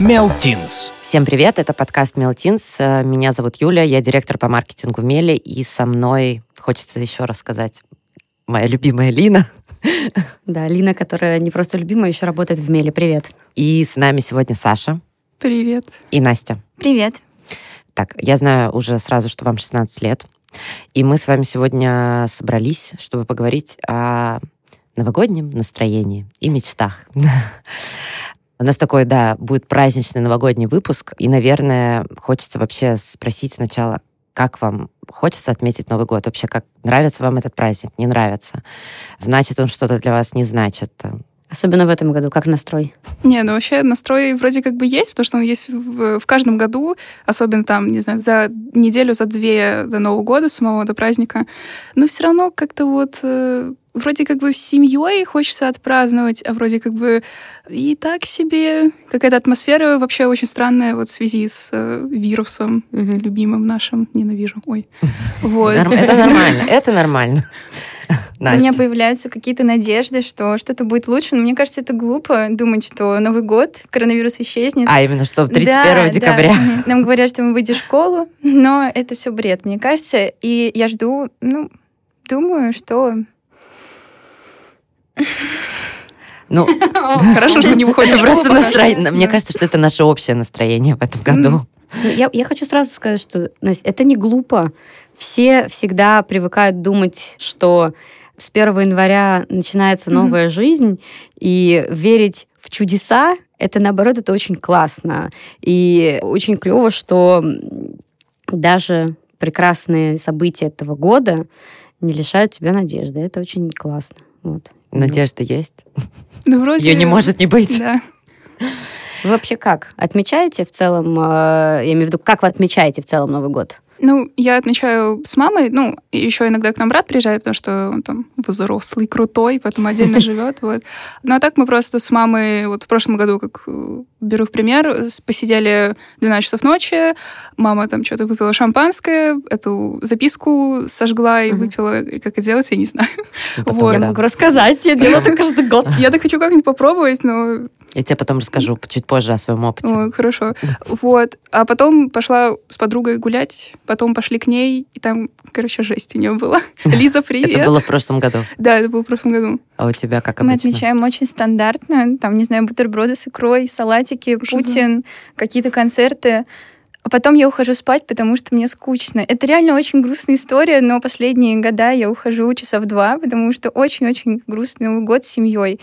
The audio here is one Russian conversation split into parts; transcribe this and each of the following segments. Мелтинс. Всем привет, это подкаст «Мелтинс». Э, Меня зовут Юля, я директор по маркетингу в «Мели», и со мной, хочется еще раз сказать, моя любимая Лина. Да, Лина, которая не просто любимая, еще работает в Меле. Привет. И с нами сегодня Саша Привет. и Настя. Привет. Так, я знаю уже сразу, что вам 16 лет, и мы с вами сегодня собрались, чтобы поговорить о новогоднем настроении и мечтах. У нас такой, да, будет праздничный новогодний выпуск, и, наверное, хочется вообще спросить сначала, как вам хочется отметить Новый год? Вообще, как нравится вам этот праздник? Не нравится? Значит он что-то для вас? Не значит? Особенно в этом году, как настрой? Не, ну вообще настрой вроде как бы есть, потому что он есть в, в каждом году, особенно там, не знаю, за неделю, за две до Нового года, самого до праздника. Но все равно как-то вот э, вроде как бы с семьей хочется отпраздновать, а вроде как бы и так себе. Какая-то атмосфера вообще очень странная вот в связи с э, вирусом любимым нашим. Ненавижу. Ой. Вот. Норм- Это нормально, это нормально. У меня Настя. появляются какие-то надежды, что что-то будет лучше, но мне кажется, это глупо думать, что Новый год, коронавирус исчезнет. А, именно что, Да, 31 да. декабря. Мгм. Нам говорят, что мы выйдем в школу, но это все бред, мне кажется. И я жду, ну, думаю, что... Ну, Хорошо, что не выходит Это в просто школу. настроение. Мне кажется, что это наше общее настроение в этом году. Ну, Я, я хочу сразу сказать, что, Настя, это не глупо. Все всегда привыкают думать, что с 1 января начинается Мгм. новая жизнь, и верить в чудеса, это наоборот, это очень классно. И очень клево, что м, даже прекрасные события этого года не лишают тебя надежды. Это очень классно. Вот. Надежда есть. Ну, вроде... Ее не может не быть. Да. Вы вообще как? Отмечаете в целом, э, я имею в виду, как вы отмечаете в целом Новый год? Ну, я отмечаю с мамой, ну, еще иногда к нам брат приезжает, потому что он там взрослый, крутой, поэтому отдельно живет, вот. Ну, а так мы просто с мамой, вот в прошлом году, как э, беру в пример, с- посидели 12 часов ночи, мама там что-то выпила шампанское, эту записку сожгла и Мгм. выпила, как это делать, я не знаю. И потом Вот. ну, я дам. Могу рассказать, я делаю это каждый год. Я так хочу как-нибудь попробовать, но Я тебе потом расскажу чуть позже о своем опыте. Ой, хорошо. Вот. А потом пошла с подругой гулять, потом пошли к ней, и там, короче, жесть у нее была. Лиза, привет. Это было в прошлом году. Да, это было в прошлом году. А у тебя как Мы обычно? отмечаем очень стандартно. Там, не знаю, бутерброды с икрой, салатики, Путин, какие-то концерты. А потом я ухожу спать, потому что мне скучно. Это реально очень грустная история, но последние года я ухожу часа в два, потому что очень-очень грустный Новый год с семьей.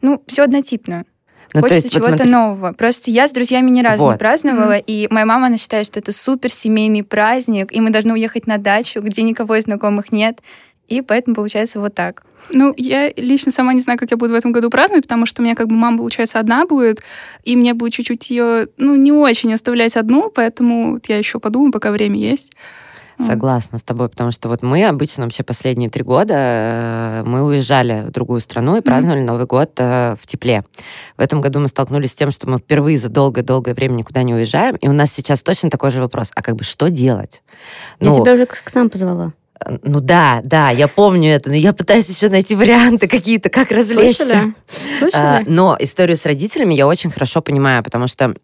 Ну, все однотипно. Ну, то Хочется есть, вот чего-то смотри, нового. Просто я с друзьями ни разу Вот. не праздновала, и моя мама, она считает, что это супер семейный праздник, и мы должны уехать на дачу, где никого из знакомых нет. И поэтому получается вот так. Ну, я лично сама не знаю, как я буду в этом году праздновать, потому что у меня как бы мама, получается, одна будет, и мне будет чуть-чуть ее, ну, не очень оставлять одну, поэтому вот я еще подумаю, пока время есть. согласна с тобой, потому что вот мы обычно вообще последние три года э, мы уезжали в другую страну и праздновали Новый год э, в тепле. В этом году мы столкнулись с тем, что мы впервые за долгое-долгое время никуда не уезжаем, и у нас сейчас точно такой же вопрос. А как бы что делать? Я тебя уже к к нам позвала. Ну да, да, я помню это, но я пытаюсь еще найти варианты какие-то, как развлечься. Слышали? А, Слышали? но историю с родителями я очень хорошо понимаю, потому что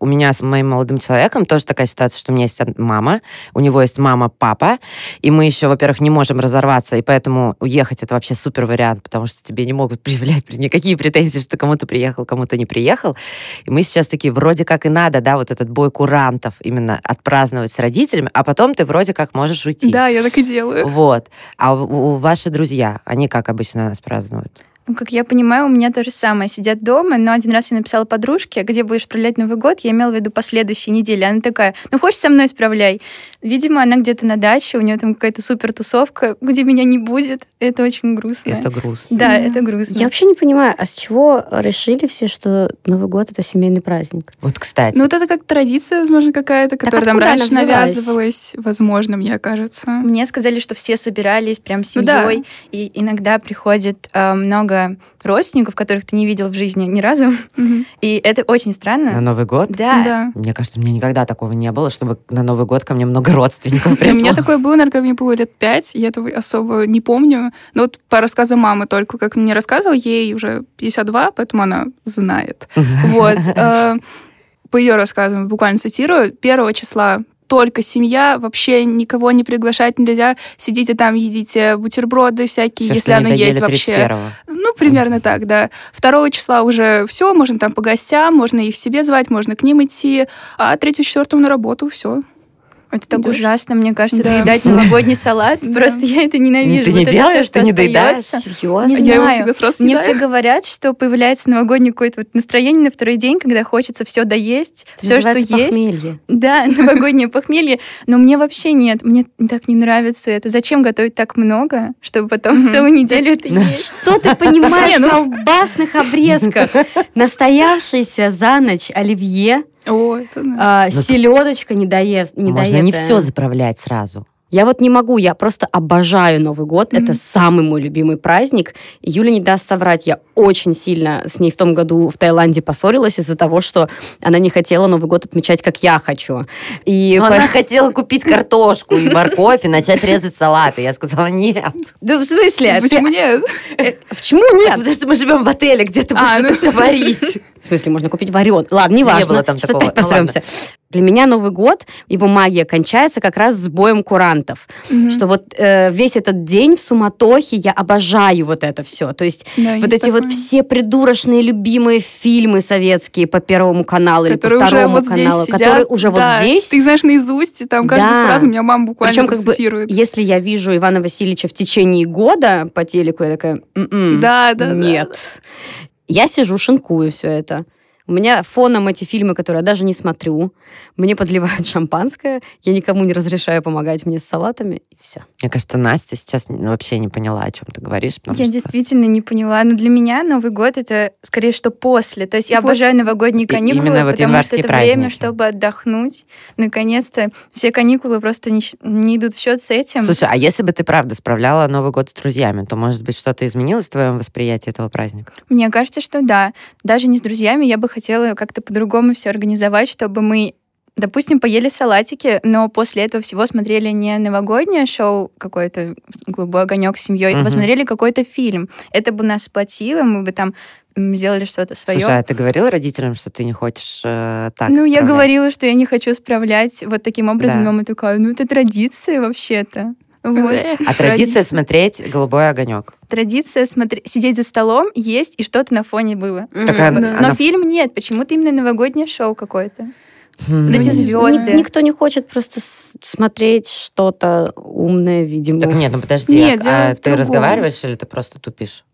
у меня с моим молодым человеком тоже такая ситуация, что у меня есть од- мама, у него есть мама, папа, и мы еще, во-первых, не можем разорваться, и поэтому уехать это вообще супер вариант, потому что тебе не могут предъявлять никакие претензии, что ты кому-то приехал, кому-то не приехал. И мы сейчас такие, вроде как и надо, да, вот этот бой курантов именно отпраздновать с родителями, а потом ты вроде как можешь уйти. Да, я так и делаю. Вот. А у- у ваши друзья, они как обычно нас празднуют? Ну, Как я понимаю, у меня то же самое. Сидят дома, но один раз я написала подружке, где будешь справлять Новый год, я имела в виду последующие недели. Она такая, ну хочешь со мной справляй? Видимо, она где-то на даче, у нее там какая-то супер тусовка, где меня не будет. Это очень грустно. Это грустно. Да, Да. это грустно. Я вообще не понимаю, а с чего решили все, что Новый год это семейный праздник? Вот, кстати. Ну, вот это как традиция, возможно, какая-то, которая там откуда а она раньше взялась? навязывалась, возможно, мне кажется. Мне сказали, что все собирались прям с Ну семьей, да. и иногда приходит э, много родственников, которых ты не видел в жизни ни разу, Мгм. и это очень На странно. Новый год? Да. Да. Мне кажется, мне никогда такого не было, чтобы на Новый год ко мне много родственников У пришло. меня такое было, наверное, когда мне было лет пять, я этого особо не помню. Но вот по рассказам мамы только, как мне рассказывала, ей уже 52, поэтому она знает. Вот. Э, по ее рассказам, буквально цитирую, первого числа только семья, вообще никого не приглашать нельзя. Сидите там, едите бутерброды всякие, Всё, если что не оно доели есть вообще. 31-го. Ну, примерно так, да. Второго числа уже все, можно там по гостям, можно их себе звать, можно к ним идти, а третьего, четвертого на работу, все. Это так Да. ужасно, мне кажется, Да. доедать новогодний салат. Да. Просто я это ненавижу. Ты Вот не это всё, делаешь, что ты не остаётся. доедаешь. Не Серьезно? Я его знаю. всегда сразу Мне съедаю. все говорят, что появляется новогоднее какое-то вот настроение на второй день, когда хочется все доесть, все, что есть. похмелье. Да, новогоднее похмелье. Но мне вообще нет, мне так не нравится это. Зачем готовить так много, чтобы потом Мгм. целую неделю это Ну, есть? Что ты понимаешь в колбасных обрезках? Настоявшийся за ночь оливье, О, это да. а, Ну, селедочка недоест. Можно не все заправлять сразу. Я вот не могу, я просто обожаю Новый год. Мгм. Это самый мой любимый праздник. И Юля не даст соврать. Я очень сильно с ней в том году в Таиланде поссорилась из-за того, что она не хотела Новый год отмечать, как я хочу. И Но по- Ну, она хотела купить картошку и морковь и начать резать салаты. Я сказала, нет. Да в а Ну, смысле? а Почему нет? Почему Нет, нет? потому что мы живем в отеле, где ты будешь А, ну. это все варить. В смысле, можно купить варен. Ладно, не Не важно. было там Сейчас такого. опять Ну, посрёмся. Для меня Новый год, его магия кончается как раз с боем курантов. Мгм. Что вот э, весь этот день в суматохе я обожаю вот это все. То есть А, Да, вот есть эти вот такое. все придурочные любимые фильмы советские по Первому каналу или которые по уже Второму вот здесь каналу, сидят. которые уже Да, вот здесь. Ты знаешь наизусть, и там каждую Да. фразу меня мама буквально Причем там как бы, цитирует. если я вижу Ивана Васильевича в течение года по телеку, я такая, «М-м, Да, да, да. нет. Я сижу, шинкую все это. У меня фоном эти фильмы, которые я даже не смотрю. Мне подливают шампанское, я никому не разрешаю помогать мне с салатами, и все. Мне кажется, Настя сейчас вообще не поняла, о чем ты говоришь. потому Я что- действительно не поняла. Но для меня Новый год это скорее что после. То есть я Вот. обожаю новогодние И- каникулы, именно вот потому что январские это время, праздники. чтобы отдохнуть. Наконец-то все каникулы просто не, щ- не идут в счет с этим. Слушай, а если бы ты правда справляла Новый год с друзьями, то, может быть, что-то изменилось в твоем восприятии этого праздника? Мне кажется, что да. Даже не с друзьями я бы хотела как-то по-другому все организовать, чтобы мы, допустим, поели салатики, но после этого всего смотрели не новогоднее шоу какое-то «Голубой огонек» с семьей, а Мгм. посмотрели какой-то фильм. Это бы нас сплотило, мы бы там м, сделали что-то свое. Слушай, а ты говорила родителям, что ты не хочешь э, так ну, я справлять? говорила, что я не хочу справлять вот таким образом. Да. Мама такая, ну, это традиция вообще-то. Вот. А традиция смотреть «Голубой огонек». Традиция смотри- сидеть за столом, есть, и что-то на фоне было. Такая Вот. да. Но она- фильм нет, почему-то именно новогоднее шоу какое-то. М. Вот не эти знаю. звезды. Ник- Никто не хочет просто с- смотреть что-то умное, видимо. Так нет, ну подожди, Нет, а- дело а в ты другом. разговариваешь или ты просто тупишь?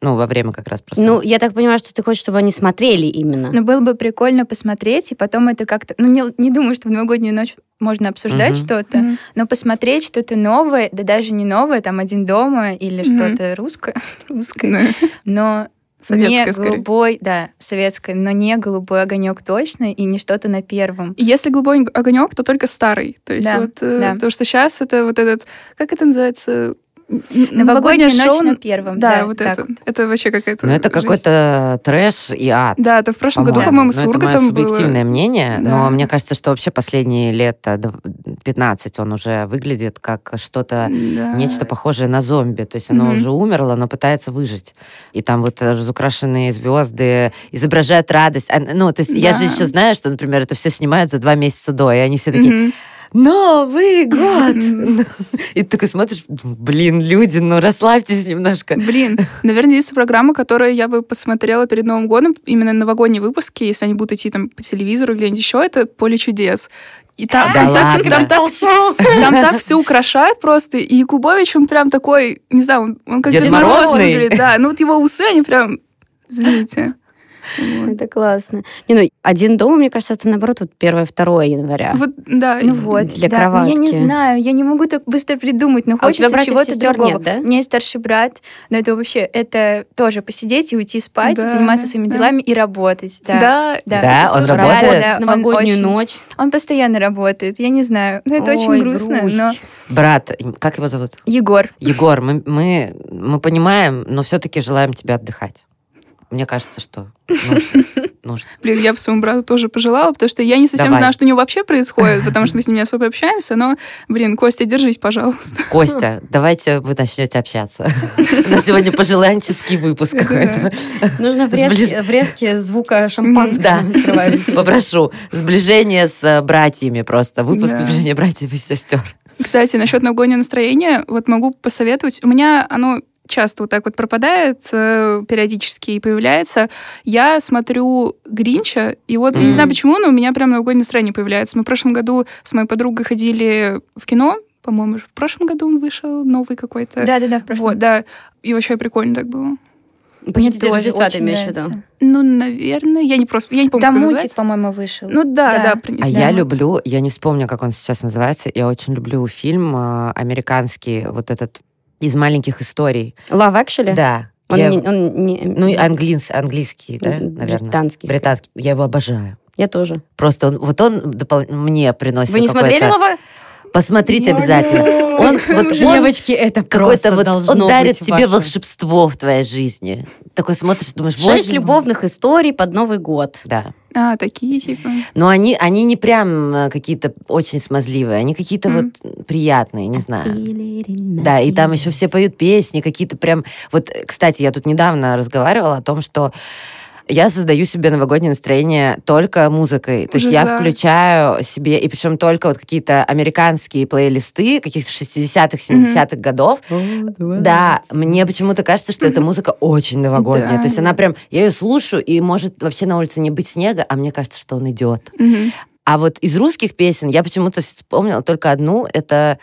Ну, во время как раз просто. Ну, я так понимаю, что ты хочешь, чтобы они смотрели именно. Но было бы прикольно посмотреть, и потом это как-то... Ну, не, не думаю, что в новогоднюю ночь можно обсуждать Мгм. что-то, но посмотреть что-то новое, да даже не новое, там «Один дома» или Мгм. что-то русское, русское, Да. но не Советское, скорее. голубой, да, советское, но не голубой огонек точно, и не что-то на первом. И Если голубой огонек, то только старый. То есть Да, вот, э, да. потому что сейчас это вот этот, как это называется? Н- Новогоднее Ну, шоу ночь на на- первом. Да, да, вот так. это. Это вообще какая-то Ну, это жесть. какой-то трэш и ад. Да, это в прошлом году, по-моему. по-моему, с Ну, это Ургатом мое субъективное было. мнение, Да. но мне кажется, что вообще последние лет э, дв- 15 он уже выглядит как что-то, Да. нечто похожее на зомби. То есть оно А. Мгм. уже умерло, но пытается выжить. И там вот э, разукрашенные звезды изображают радость. А, Ну, то есть я же Да. еще знаю, что, например, это все снимают за два месяца до, и они все такие, Мгм. Новый Мгм. год! Ну, И ты такой смотришь, блин, люди, ну расслабьтесь немножко. Блин, наверное, есть программа, которую я бы посмотрела перед Новым годом, именно новогодние выпуски, если они будут идти там по телевизору или где-нибудь еще, это «Поле чудес». И там, Да там так- ладно? там так Там так все украшают просто. И Якубович, он прям такой, не знаю, он, он как Дед Дед, Мороз Морозный. выглядит. Да, ну вот его усы, они прям, извините. Вот. Ну, Это классно. Не, ну, один дома, мне кажется, это наоборот вот 1-2 января. Вот, да. Ну вот, Для да. Но я не кроватки. знаю, я не могу так быстро придумать, но А у тебя хочется братьев, чего-то сестер другого. нет, да? У меня есть старший брат, но это вообще, это тоже посидеть и уйти спать, Да, заниматься да, своими да. делами и работать. Да. Да. Да. Да, он Да, работает. да, он новогоднюю очень- ночь. Он постоянно работает, я не знаю. Ну, это Ой, очень грустно, грусть. но... Брат, как его зовут? Егор, Егор, мы, мы, мы понимаем, но все-таки желаем тебе отдыхать. Мне кажется, что нужно. нужно. Блин, я бы своему брату тоже пожелала, потому что я не совсем Давай. знаю, что у него вообще происходит, потому что мы с ним не особо общаемся, но, блин, Костя, держись, пожалуйста. Костя, давайте вы начнете общаться. У нас сегодня пожеланческий выпуск какой-то. Нужно Сближ- врезки, врезки звука шампанского. Да, открывать. попрошу. Сближение с э, братьями просто. Выпуск Да. сближения братьев и сестер. Кстати, насчет новогоднего настроения, вот могу посоветовать. У меня оно часто вот так вот пропадает э, периодически и появляется. Я смотрю Гринча, и вот я не Мгм. знаю почему, но у меня прям новогоднее настроение появляется. Мы в прошлом году с моей подругой ходили в кино, по-моему, в прошлом году он вышел, новый какой-то. Да-да-да, в прошлом. Вот, да. И вообще прикольно так было. Пакет для тоже Рождества ты очень имеешь в виду? нравится. Ну, наверное. Я не просто... Я не помню, Там как мультик, называется. по-моему, вышел. Ну да, Да. да, про- не А знаю, я вот. люблю, я не вспомню, как он сейчас называется, я очень люблю фильм э, американский, вот этот из маленьких историй. Love Actually? Да. Он Я- не- он не- Ну, и английс- английский, да, м, наверное. Британский. Британский. Я его обожаю. Я тоже. Просто он, вот он допол- мне приносит Вы не смотрели какое-то- Love Посмотрите обязательно. Он, вот он Девочки, это какой-то вот, он дарит тебе волшебство. волшебство в твоей жизни. Такой смотришь, думаешь, Шесть боже мой. любовных историй под Новый год. Да. А, такие типа. Но они, они не прям э, какие-то очень смазливые, они какие-то Мгм. вот приятные, не знаю. Да, и там еще все поют песни, какие-то прям... Вот, э, кстати, я тут недавно разговаривала о том, что я создаю себе новогоднее настроение только музыкой. То есть я Жиза. включаю себе, и причем только вот какие-то американские плейлисты каких-то 60-х, 70-х годов. Да, мне почему-то кажется, что эта музыка очень новогодняя. Да. То есть она прям, я ее слушаю, и может вообще на улице не быть снега, а мне кажется, что он идет. Мгм. А вот из русских песен я почему-то вспомнила только одну. Это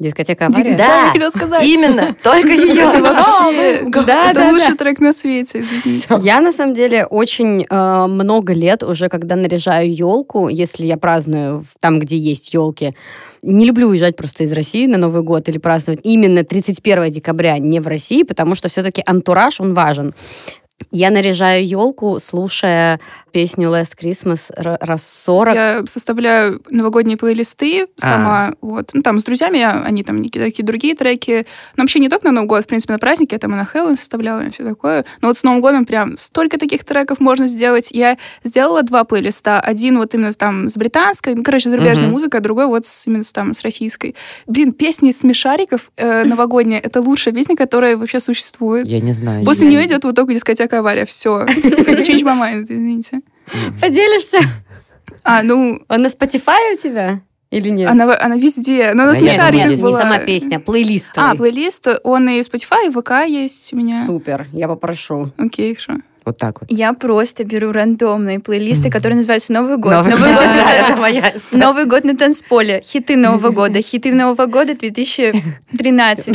Дискотека Дик- авария. Да. я хотела сказать. именно только ее. Это вообще Да, А, ну, да, это да. лучший трек на свете, извините. Я на самом деле очень э, много лет уже, когда наряжаю елку, если я праздную в- там, где есть елки, не люблю уезжать просто из России на Новый год или праздновать именно 31 декабря не в России, потому что все-таки антураж, он важен. Я наряжаю елку, слушая песню Last Christmas р- раз 40. Я составляю новогодние плейлисты сама, вот. Ну, там с друзьями, я- они там не- такие другие треки. Но вообще не только на Новый год, в принципе, на праздники, я там и на Хэллоуин составляла, и все такое. Но вот с Новым годом прям столько таких треков можно сделать. Я сделала два плейлиста. Один вот именно там с британской, ну, короче, с зарубежной Мгм. музыкой, а другой вот с, именно с, там с российской. Блин, песни из смешариков э, новогодние — это лучшая песня, которая вообще существует. Я не знаю. После Я- нее идет вот только дискотека авария. Все. Change my mind, извините. Поделишься? А, ну, Он на Spotify у тебя? Или нет? она, она везде. Но она Наверное, Нет, смешариках нет, есть. не была. сама песня, плейлист. А, твой. плейлист, он и Spotify, и ВК есть у меня. Супер, я попрошу. Окей, хорошо. Вот так вот. Я просто беру рандомные плейлисты, которые называются Новый год. Новый год. Да, на- это моя история. Новый год на танцполе. Хиты Нового года. Хиты Нового года 2013.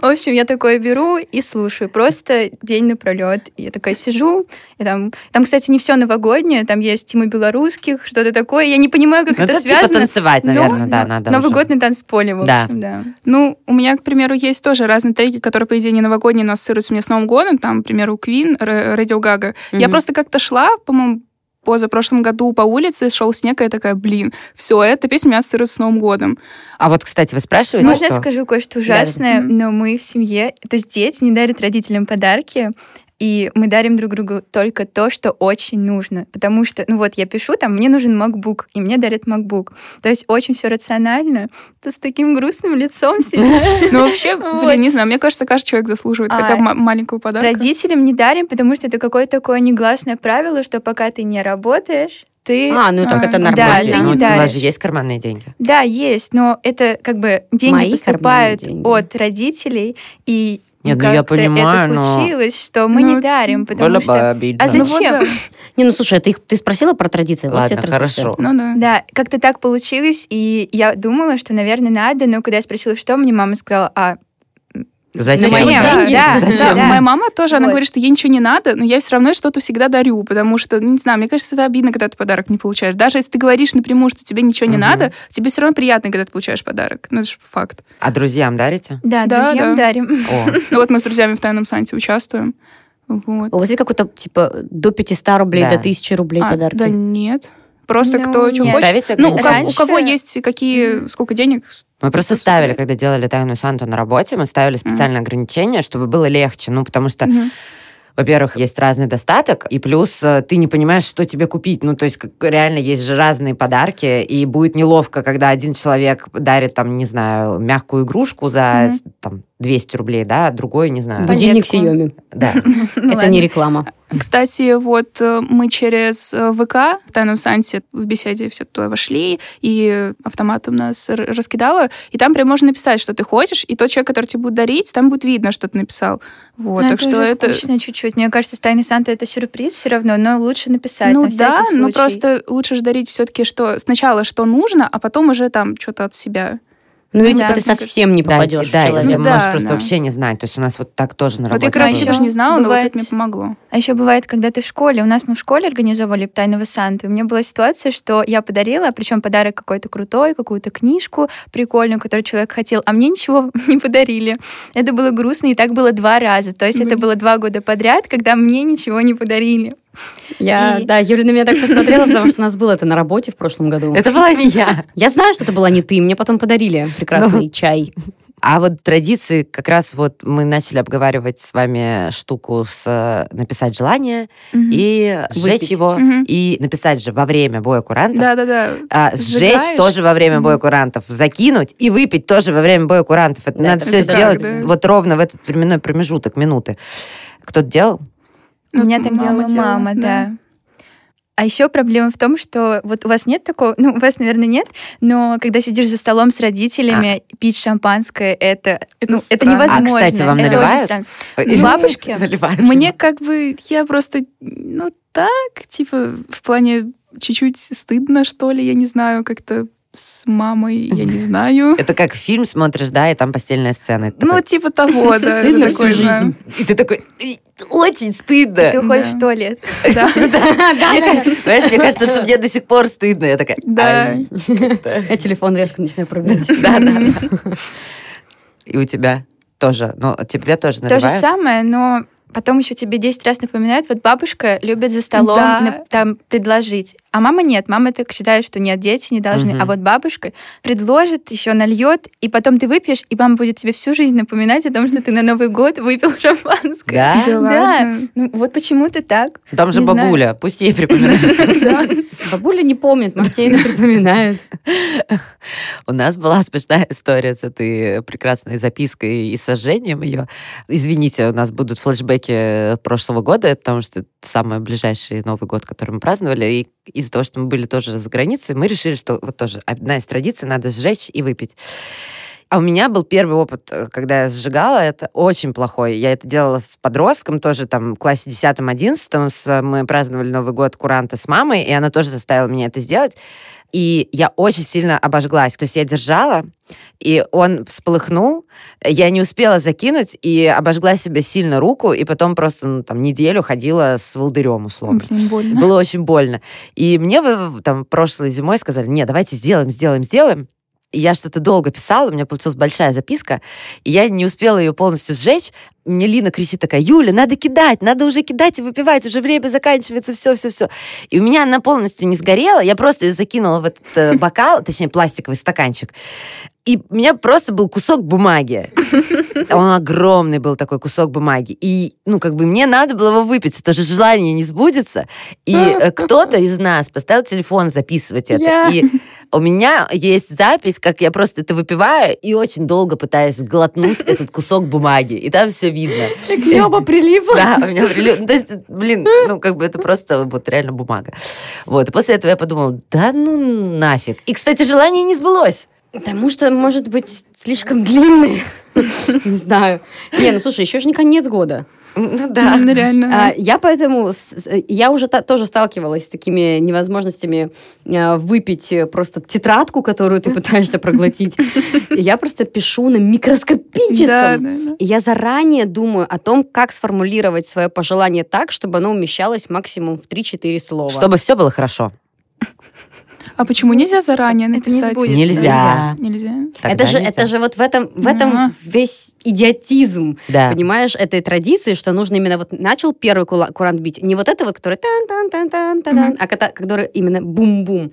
В общем, я такое беру и слушаю. Просто день напролет. И Я такая сижу. И там, там, кстати, не все новогоднее. Там есть тему белорусских, что-то такое. Я не понимаю, как Ну, это это типа связано. танцевать, но- наверное, да, надо. Новый уже. год на танцполе, в Да. общем, да. Ну, у меня, к примеру, есть тоже разные треки, которые, по идее, не новогодние, но ассоциируются у меня с Новым годом. Там, к примеру, Queen, Р- Radio Gaga. Я Мгм. просто как-то шла, по-моему, позапрошлом году по улице, шел снег, и я такая, блин, все, эта песня у меня ассоциируется с Новым годом. А вот, кстати, вы спрашиваете, Можно я Ну что? скажу кое-что ужасное, Да-да. но мы в семье, то есть дети не дарят родителям подарки, и мы дарим друг другу только то, что очень нужно. Потому что, ну вот, я пишу, там, мне нужен MacBook, и мне дарят MacBook. То есть очень все рационально. Ты с таким грустным лицом сидишь. Ну, вообще, Вот. блин, не знаю, мне кажется, каждый человек заслуживает А, хотя бы ма- маленького подарка. Родителям не дарим, потому что это какое-то такое негласное правило, что пока ты не работаешь, ты... А, ну так А, это да, нормально. ты Окей, не ну, у вас даришь. же есть карманные деньги. Да, есть, но это как бы деньги Мои поступают карманные деньги. от родителей, и Нет, ну как-то я понимаю, это но- случилось, что мы Ну, не дарим, потому Было бы что... обидно. А Ну вот зачем? да. Не, ну слушай, ты, их- ты спросила про традиции? вот тебе Ладно, традиция. хорошо. Ну да. Да, как-то так получилось, и я думала, что, наверное, надо, но когда я спросила, что, мне мама сказала, а... Зачем? На мои Да, деньги? да, Зачем? да. Моя мама тоже, она Вот. говорит, что ей ничего не надо, но я все равно что-то всегда дарю, потому что, ну, не знаю, мне кажется, это обидно, когда ты подарок не получаешь. Даже если ты говоришь напрямую, что тебе ничего не Мгм. надо, тебе все равно приятно, когда ты получаешь подарок. Ну, это же факт. А друзьям дарите? Да, Да, друзьям да. дарим. О, Ну вот мы с друзьями в «Тайном Санте» участвуем. Вот. У вас есть какой-то, типа, до 500 рублей, Да. до 1000 рублей А, подарки? да нет. Просто Ну, кто что нет. не хочет. ставите Ну, у, ко- у ограничения? Раньше- кого есть какие, сколько денег, Мы просто Просто ставили, супер. когда делали тайную Санту на работе, мы ставили специальное ограничение, чтобы было легче. Ну, потому что Мгм. во-первых, есть разный достаток, и плюс э, ты не понимаешь, что тебе купить. Ну, то есть как реально есть же разные подарки, и будет неловко, когда один человек дарит, там, не знаю, мягкую игрушку за Мгм. там, 200 рублей, да, а другой, не знаю. Понятно. Будильник Монетку. Xiaomi. Да. Ну Это ладно. не реклама. Кстати, вот э, мы через э, ВК в Тайном Сансе в беседе все туда вошли, и автоматом нас р- раскидало, и там прям можно написать, что ты хочешь, и тот человек, который тебе будет дарить, там будет видно, что ты написал. Вот, Ну, так это что уже это... скучно чуть-чуть. Мне кажется, с Тайной Санта это сюрприз все равно, но лучше написать. ну на всякий да, но случай. просто лучше же дарить все-таки что сначала что нужно, а потом уже там что-то от себя. Ну, или Да, типа мне ты кажется. совсем не Да, попадешь в да, человека. ты Ну да, можешь просто да. вообще не знать. То есть у нас вот так тоже на вот работе я, короче, было. было. даже не знала, но вот Бывает. это мне помогло. А еще бывает, когда ты в школе. У нас мы в школе организовывали тайного Санту. И у меня была ситуация, что я подарила, причем подарок какой-то крутой, какую-то книжку прикольную, которую человек хотел, а мне ничего не подарили. Это было грустно, и так было два раза. То есть это Блин. было два года подряд, когда мне ничего не подарили. Я, И- да, Юля на меня так посмотрела, потому что у нас было это на работе в прошлом году. Это была не я. Я знаю, что это была не ты, мне потом подарили Ну. прекрасный чай. А вот традиции, как раз вот мы начали обговаривать с вами штуку с э, написать желание и сжечь Выпить. его, Мгм. и написать же во время боя курантов. Да-да-да. А, сжечь Сжигаешь? тоже во время боя Мгм. курантов, закинуть и выпить тоже во время боя курантов. Это Да, надо это все так, сделать да. вот ровно в этот временной промежуток, минуты. Кто-то делал? У Ну, меня так мама делала делала, мама, да. да. А еще проблема в том, что вот у вас нет такого, ну, у вас, наверное, нет, но когда сидишь за столом с родителями, пить шампанское, это, Это ну, это странно. невозможно. А, кстати, вам это очень наливают? странно. И бабушки? наливают. Мне как бы, я просто, ну, так, типа, в плане чуть-чуть стыдно, что ли, я не знаю, как-то с мамой, я не знаю. Это как фильм смотришь, да, и там постельная сцена. И ты Ну, такой- типа того, да. это Стыдно всю такое, да. жизнь. и ты такой, «Эй, очень стыдно. Ты уходишь Да. в туалет. Да. Понимаешь, мне кажется, что мне до сих пор стыдно. Я такая, Да. «Ай, Я телефон резко начинаю проверять. Да, да. И у тебя тоже. Ну, тебе тоже То же наливают? самое, но потом еще тебе 10 раз напоминают, вот бабушка любит за столом Да. на- там предложить, а мама нет, мама так считает, что нет, дети не должны, Мгм. а вот бабушка предложит, еще нальет, и потом ты выпьешь, и мама будет тебе всю жизнь напоминать о том, что ты на Новый год выпил шампанское. Да? Да ладно. Ну, вот почему-то так. Там же Не знаю. бабуля, пусть ей припоминают. Бабуля не помнит, но тебе это припоминает. У нас была смешная история с этой прекрасной запиской и сожжением ее. Извините, у нас будут флешбеки прошлого года, потому что это самый ближайший Новый год, который мы праздновали. И из-за того, что мы были тоже за границей, мы решили, что вот тоже одна из традиций надо сжечь и выпить. А у меня был первый опыт, э, когда я сжигала, это очень плохой. Я это делала с подростком тоже, там, в классе 10-11. с- э, Мы праздновали Новый год куранта с мамой, и она тоже заставила меня это сделать. И я очень сильно обожглась. То есть я держала, и он вспыхнул. Я не успела закинуть, и обожгла себе сильно руку, и потом просто, ну, там, неделю ходила с волдырем, условно. Блин, больно. Было очень больно. И мне в- в- там прошлой зимой сказали, не, давайте сделаем, сделаем, сделаем. И я что-то долго писала, у меня получилась большая записка, и я не успела ее полностью сжечь. Мне Лина кричит такая, Юля, надо кидать, надо уже кидать и выпивать, уже время заканчивается, все-все-все. И у меня она полностью не сгорела, я просто ее закинула в этот э, бокал, точнее пластиковый стаканчик, и у меня просто был кусок бумаги. Он огромный был такой кусок бумаги. И, ну, как бы мне надо было его выпить, это же желание не сбудется. И э, кто-то из нас поставил телефон записывать это. Я. И у меня есть запись, как я просто это выпиваю и очень долго пытаюсь глотнуть этот кусок бумаги. И там все видно. Небо прилипло. Да, у меня прилив- Ну, То есть, блин, ну, как бы это просто вот реально бумага. Вот, и после этого я подумала, да ну нафиг. И, кстати, желание не сбылось. Потому что, может быть, слишком длинные. Не знаю. Не, ну слушай, еще же не конец года. Ну да. Ну, реально. А, Я поэтому... с- с- Я уже та- тоже сталкивалась с такими невозможностями э, выпить э, просто тетрадку, которую ты пытаешься проглотить. И Я просто пишу на Да, да, микроскопическом. да. И я заранее думаю о том, как сформулировать свое пожелание так, чтобы оно умещалось максимум в 3-4 слова. Чтобы все было хорошо. А почему нельзя заранее Это не написать? сбудется. Нельзя. Нельзя. Тогда это же, нельзя. это же вот в этом, в этом Ага. весь идиотизм, Да. понимаешь, этой традиции, что нужно именно вот начал первый кула- курант бить, не вот это вот, который тан тан тан тан тан Мгм. а кота- который именно бум-бум.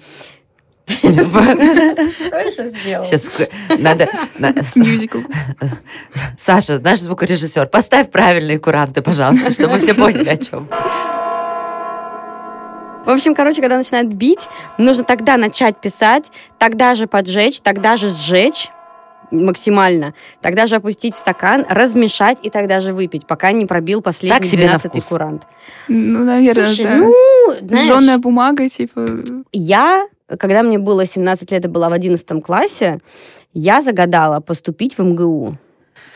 Сейчас Что я сейчас сделала? надо... на- с- Мюзикл. Саша, наш звукорежиссер, поставь правильные куранты, пожалуйста, чтобы все поняли, о чем. В общем, короче, когда начинают бить, нужно тогда начать писать, тогда же поджечь, тогда же сжечь максимально, тогда же опустить в стакан, размешать и тогда же выпить, пока не пробил последний Так себе на 12-й вкус. курант. Ну, наверное, Слушай, да. ну, знаешь, Жжёная бумага, типа... я, когда мне было 17 лет, я была в 11 классе, я загадала поступить в МГУ.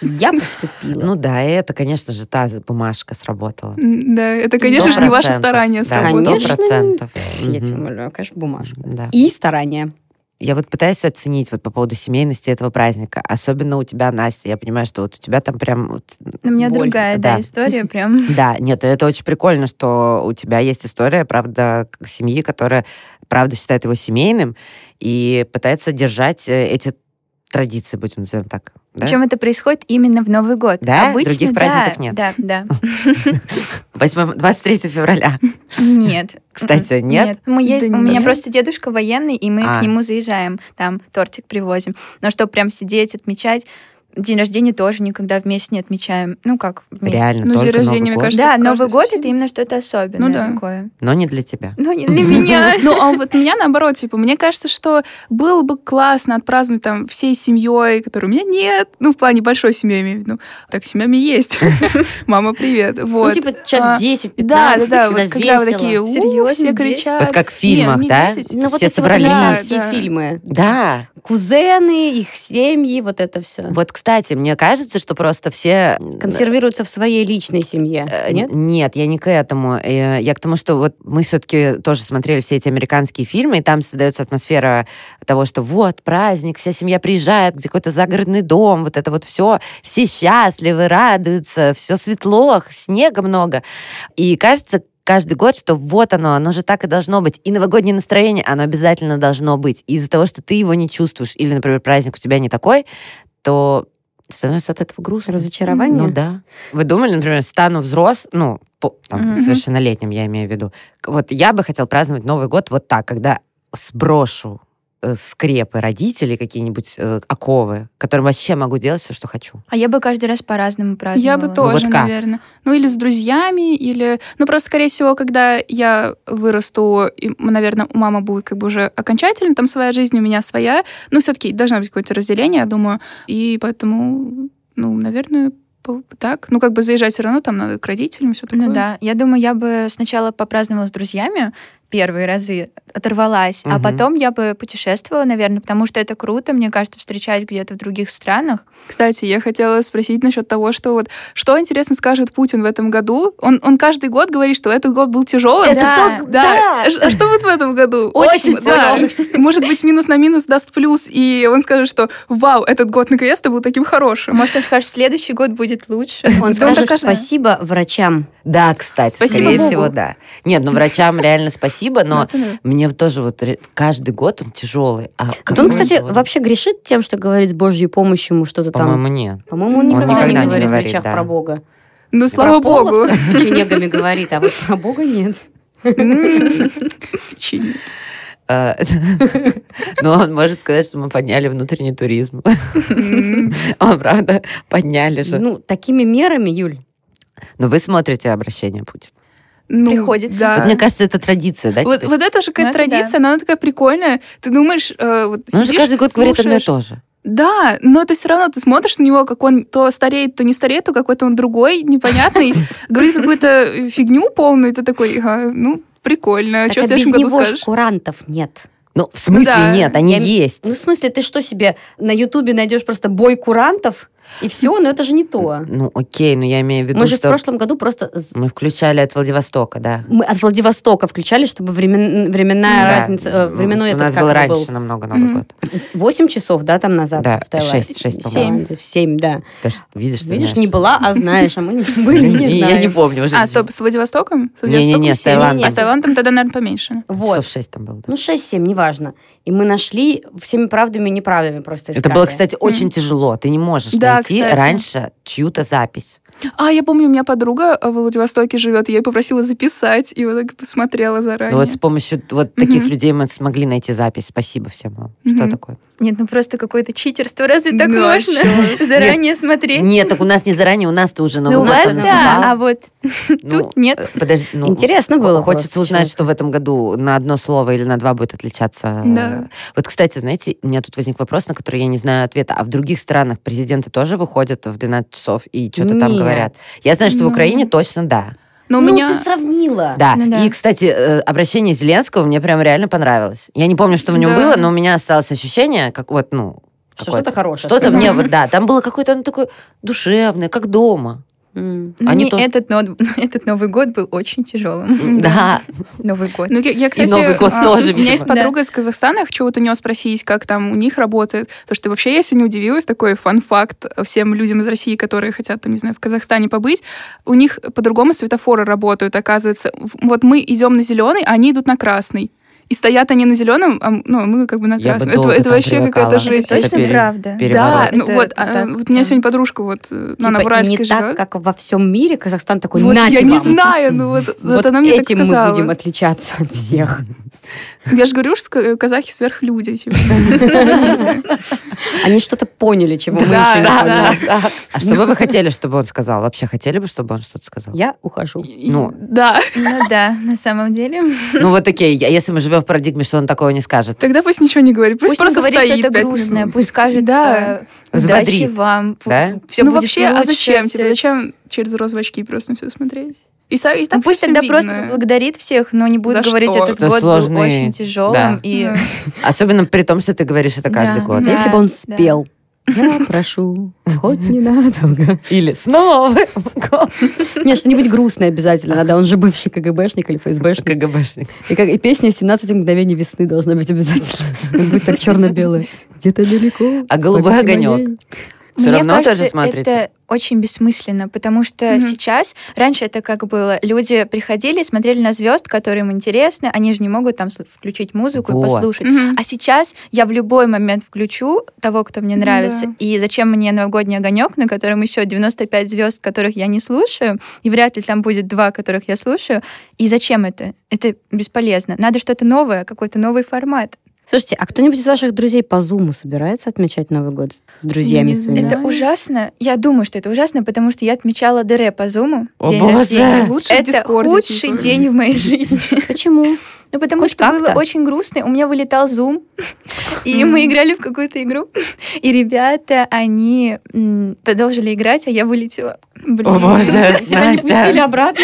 И Я поступила. Ну да, и это, конечно же, та бумажка сработала. м, Да, это, конечно же, не ваше старание. Да, сработало. сто Конечно. процентов. я тебя Мгм. умоляю, конечно, бумажка. Да. И старания. Я вот пытаюсь оценить вот по поводу семейности этого праздника. Особенно у тебя, Настя. Я понимаю, что вот у тебя там прям... вот- Ну, У меня Боль, другая, да, да. история прям. Да, нет, это очень прикольно, что у тебя есть история, правда, к- семьи, которая, правда, считает его семейным и пытается держать э, эти традиции, будем назовем так. Да? Причем это происходит именно в Новый год. Да? Обычно, Других да, праздников нет? Да, да. 8, 23 февраля. Ну, Нет. Кстати, М-м, нет? Мы е- Да у меня нет. просто дедушка военный, и мы А. к нему заезжаем, там тортик привозим. Но что прям сидеть, отмечать, день рождения тоже никогда вместе не отмечаем. Ну как, вместе. Реально, Ну, день только рождения, Новый мне год. кажется, Да, каждый Новый год совсем. это именно что-то особенное Ну да. такое. Но не для тебя. Ну, не для меня. Ну, а вот меня наоборот, типа, мне кажется, что было бы классно отпраздновать там всей семьей, которой у меня нет, ну, в плане большой семьи, я имею в виду. Так, семьями есть. Мама, привет. Ну, Вот. типа, человек А, 10, 15, Да, да, да, когда вот когда вы весело. такие, «У, Серьёзно, все 10? кричат. Вот как в Не, фильмах, не да? 10. Ну, вот Все эти вот собрались. американские Да, да. фильмы. Да. Кузены, их семьи, вот это все. Вот, кстати, мне кажется, что просто все... Консервируются в своей личной семье. Э, Нет? Нет, я не к этому. Э, Я к тому, что вот мы все-таки тоже смотрели все эти американские фильмы, и там создается атмосфера того, что вот праздник, вся семья приезжает, где какой-то загородный дом, вот это вот все, все счастливы, радуются, все светло, снега много. И кажется, каждый год, что вот оно, оно же так и должно быть. И новогоднее настроение, оно обязательно должно быть. И из-за того, что ты его не чувствуешь, или, например, праздник у тебя не такой, то становится от этого грустно. Разочарование? Ну да. Вы думали, например, стану взрос, ну, по- там, Мгм. совершеннолетним я имею в виду. Вот я бы хотел праздновать Новый год вот так, когда сброшу э, скрепы родителей, какие-нибудь э, оковы, которым вообще могу делать все, что хочу. А я бы каждый раз по-разному праздновала. Я бы вот тоже, как? наверное. Ну, или с друзьями, или... Ну, просто, скорее всего, когда я вырасту, и, наверное, у мамы будет как бы уже окончательно там своя жизнь, у меня своя. Ну, все таки должно быть какое-то разделение, я думаю. И поэтому, ну, наверное, по- так. Ну, как бы заезжать все равно, там надо к родителям, все такое. Ну да, я думаю, я бы сначала попраздновала с друзьями первые разы, оторвалась, а Мгм. потом я бы путешествовала, наверное, потому что это круто, мне кажется, встречать где-то в других странах. Кстати, я хотела спросить насчет того, что вот... Что, интересно, скажет Путин в этом году? Он, он каждый год говорит, что этот год был тяжелым. Это Да, тот- Да. А ш- а что вот в этом году? Очень да. Может быть, минус на минус даст плюс, и он скажет, что вау, этот год наконец-то был таким хорошим. Может, он скажет, следующий год будет ну, лучше. Он Ну, Да, скажет кажется. спасибо врачам. Да, кстати, Спасибо скорее Богу. всего, да. Нет, ну врачам реально спасибо, Ну, но это да. мне тоже вот ре- каждый год он тяжелый. А Вот он, какой кстати, он? вообще грешит тем, что говорит с Божьей помощью ему что-то там. По-моему, нет. По-моему, он Он никогда, никогда не не говорит в говорит, речах да. про Бога. Ну, слава про пола в богу. целом с печенегами говорит, а вот про Бога нет. М, печенье. Э, Но он может сказать, что мы подняли внутренний туризм. М, Он, правда, подняли же. Ну, такими мерами, Юль. Но вы смотрите обращение Путина. ну, Приходится. да. Вот А, мне кажется, это традиция, да? Вот, теперь? вот это уже какая-то Ну, это да. традиция, но она такая прикольная. Ты думаешь, э, вот Ну, Он же сидишь, каждый год говорит одно и слушаешь. то же. Да, но ты все равно ты смотришь на него, как он то стареет, то не стареет, то какой-то он другой, непонятный, говорит какую-то фигню полную, и ты такой, «Ага, ну, прикольно, что так, а в без следующем году него ж скажешь? курантов нет. Ну, в смысле да. нет, они Я- есть. Ну, в смысле, ты что себе на Ютубе найдешь просто бой курантов, и все, но это же не то. Ну, окей, но я имею в виду, Мы же в что прошлом году просто з- мы включали от Владивостока, да. мы от Владивостока включали, чтобы времен- временная Да. разница, э, временной У этот, нас как был бы раньше намного Новый Мгм. год. С 8 часов, да, там назад Да, в Таиланде. шесть, шесть, по-моему. Семь, в 7, да. Ты ж видишь, ты Видишь, знаешь. не была, а знаешь, а мы не были, Я не не- Я не знаем. помню уже. А, стоп, с Владивостоком? С Не-не-не, Владивостоком с семь. Таиландом. А с Таиландом тогда, наверное, поменьше. Вот. Часов шесть там было, да. Ну, 6-7, неважно. И мы нашли всеми правдами и неправдами просто Это искали. было, кстати, очень тяжело. Ты не можешь Да, найти кстати. раньше чью-то запись. А, я помню, у меня подруга э, во Владивостоке живет, я ее попросила записать, и вот так посмотрела Ну, заранее. вот с помощью вот таких Мгм. людей мы смогли найти запись. Спасибо всем вам. Что Мгм. такое? Нет, ну просто какое-то читерство. Разве так Ну, а можно чё? заранее смотреть? Нет, так у нас не заранее, у нас-то уже Ну, у нас вас да, а вот тут нет. Подожди, ну, Интересно было. Хочется просто, узнать, честно. что в этом году на одно слово или на два будет отличаться. Да. Вот, кстати, знаете, у меня тут возник вопрос, на который я не знаю ответа. А в других странах президенты тоже выходят в 12 часов и что-то там Нет. говорят? Я знаю, что в Ну. Украине точно да. Но у Ну, меня... ты сравнила. Да. Ну да. И, кстати, э, обращение Зеленского мне прям реально понравилось. Я не помню, что в нем Да. было, но у меня осталось ощущение, как вот, ну, Что какое-то- что-то хорошее. Что-то сказала. мне вот, да, там было какое-то оно такое душевное, как дома. М. Они Мне тоже- ну, этот, но- этот Новый год был очень тяжелым. Да. Новый год. Ну, я, я, кстати, Новый год а, тоже, У меня есть видимо. подруга из Казахстана, я хочу вот у нее спросить, как там у них работает. Потому что вообще я сегодня удивилась, такой фан-факт всем людям из России, которые хотят, там, не знаю, в Казахстане побыть. У них по-другому светофоры работают, оказывается. В- Вот мы идем на зеленый, а они идут на красный. И стоят они на зеленом, а м- ну, мы как бы Я на бы красном. долго Это, это там вообще какая-то привыкала. жесть. Это Точно пере- правда. Да, переворот. ну Это- вот, это а, так, вот у меня да. сегодня подружка вот, э, ну, она в Типа, Уральске не так, живет. как во всем мире Казахстан такой, Вот «Нате я не вам». знаю, ну вот, вот Вот она мне так этим мы сказала. будем отличаться от всех. Я же говорю, что к- казахи сверхлюди. типа. Они что-то поняли, чего мы Да, еще не да, поняли. А что бы вы хотели, чтобы он сказал? Вообще хотели бы, чтобы он что-то сказал? Я ухожу. И- Ну. Да, Ну да, на самом деле. Ну вот окей, я- если мы живем в парадигме, что он такого не скажет. тогда пусть ничего не говорит. Пусть, Пусть просто говорит, стоит что это пять грустное, минут. пусть скажет Да. э, удачи Взбодрит. вам. Да? Все ну будет вообще, а лучше, зачем всё тебе? Зачем через розовые очки просто все смотреть? И, са- и так Ну, пусть всё тогда видно. просто поблагодарит всех, но не будет За говорить, что? этот Что год сложный, был очень тяжелым. да. И... Да. Особенно при том, что ты говоришь это каждый Да. год. Да. Если бы он да. спел. Я прошу, хоть ненадолго. Или снова Нет, что-нибудь грустное обязательно надо. Он же бывший КГБшник или ФСБшник. КГБшник. И, как, и песня «17 мгновений весны» должна быть обязательно. Как будет так черно-белое. Где-то далеко. А голубой по огонек? моей. Все Мне равно кажется, тоже смотрите. это очень бессмысленно, потому что Мгм. сейчас, раньше это как было, люди приходили, смотрели на звезд, которые им интересны, они же не могут там сл- включить музыку Вот. и послушать. Мгм. А сейчас я в любой момент включу того, кто мне нравится. Да. И зачем мне новогодний огонек, на котором еще 95 звезд, которых я не слушаю, и вряд ли там будет два, которых я слушаю. И зачем это? Это бесполезно. Надо что-то новое, какой-то новый формат. Слушайте, а кто-нибудь из ваших друзей по зуму собирается отмечать Новый год с- с друзьями Не своими? знаю. Это ужасно. Я думаю, что это ужасно, потому что я отмечала Дере по зуму. О, день боже! рождения. Лучший в это Дискорде, худший типа. день в моей жизни. Почему? Ну, потому Хоть что было как-то. очень грустно. У меня вылетал зум, и мы играли в какую-то игру. И ребята, они м, продолжили играть, а я вылетела. Блин. О, боже, Меня не Настя. пустили обратно.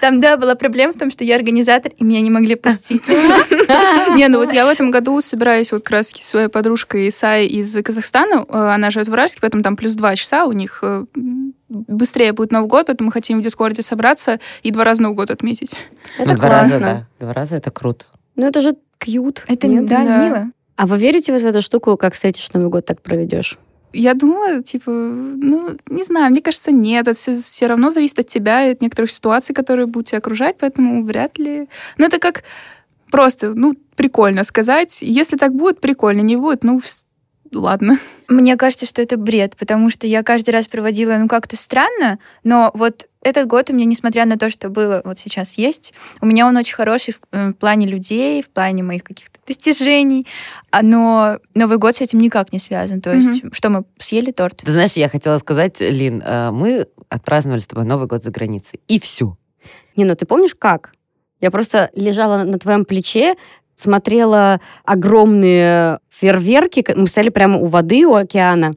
Там, да, была проблема в том, что я организатор, и меня не могли пустить. А Не, ну вот я в этом году собираюсь вот как раз таки своей подружкой Исай из Казахстана. Э, Она живет в Уральске, поэтому там плюс два часа у них э, м, быстрее будет Новый год, поэтому мы хотим в Дискорде собраться и два раза Новый год отметить. Это Ну, Два раза, классно. да. Два раза это круто. Ну это же кьют. Это, нет? да, Да. мило. А вы верите вот в эту штуку, как встретишь Новый год, так проведешь? Я думала, типа, ну, не знаю, мне кажется, нет, это все, равно зависит от тебя и от некоторых ситуаций, которые будут тебя окружать, поэтому вряд ли. Ну, это как просто, ну, прикольно сказать. Если так будет, прикольно, не будет, ну, вс- ладно. Мне кажется, что это бред, потому что я каждый раз проводила, ну, как-то странно, но вот этот год у меня, несмотря на то, что было, вот сейчас есть, у меня он очень хороший в, э, в плане людей, в плане моих каких-то достижений, А, но Новый год с этим никак не связан. То есть, что мы съели торт? Ты знаешь, я хотела сказать, Лин, э, мы отпраздновали с тобой Новый год за границей. И все. Не, ну ты помнишь как? Я просто лежала на твоем плече, смотрела огромные фейерверки. Мы стояли прямо у воды, у океана.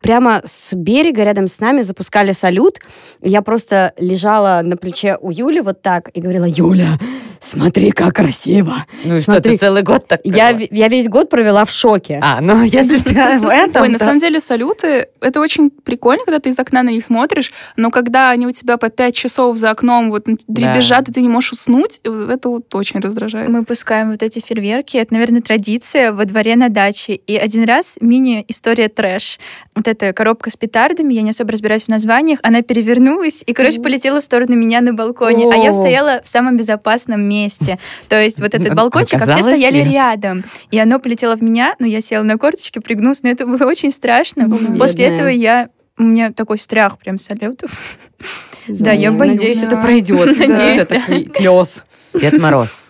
Прямо с берега рядом с нами запускали салют. Я просто лежала на плече у Юли вот так и говорила, Юля, смотри, как красиво. Ну и что, Смотри, ты целый год так? Я, провела? ве- я весь год провела в шоке. А, ну если ты об этом, Ой, на то- самом деле салюты, это очень прикольно, когда ты из окна на них смотришь, но когда они у тебя по пять часов за окном вот дребезжат, и ты не можешь уснуть, э, это вот очень раздражает. Мы пускаем вот эти фейерверки. Это, наверное, традиция во дворе на даче. И один раз мини-история трэш. Вот эта коробка с петардами, я не особо разбираюсь в названиях, она перевернулась и, короче, полетела в сторону меня на балконе. А я О. стояла в самом безопасном месте. То есть вот этот А- балкончик, а все оказалось, стояли нет. рядом. И оно полетело в меня, но я села на корточки, пригнулась, но это было очень страшно. Бедная. После этого я... У меня такой страх прям салютов. Да, я боюсь. Ну, Надеюсь, это Да. пройдет. Надеюсь, Это такой клёс. Дед Мороз.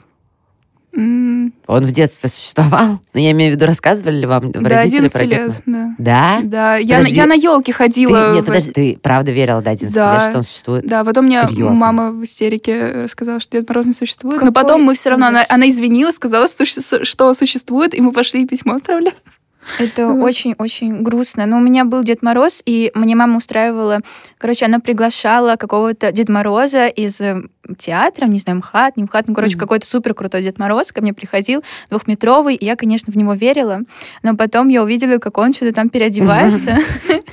М, Он в детстве существовал. Ну, я имею в виду, рассказывали ли вам До родители 11 про лет, Дед Мороз? да. Да? Да, я, на- Подожди. я на Ты, елке ходила. нет, в- подожди, ты правда верила до 11 лет, Да. что он существует? Да, потом мне Серьезно? мама в истерике рассказала, что Дед Мороз не существует. Но Какой потом мы все равно, она, ужас. она извинилась, сказала, что су- что существует, и мы пошли письмо отправлять. Ну, Это Вот. очень-очень грустно. Но у меня был Дед Мороз, и мне мама устраивала... Короче, она приглашала какого-то Дед Мороза из э, театра, не знаю, МХАТ, не МХАТ, ну, короче, Мгм. какой-то супер крутой Дед Мороз ко мне приходил, двухметровый, и я, конечно, в него верила, но потом я увидела, как он что-то там переодевается.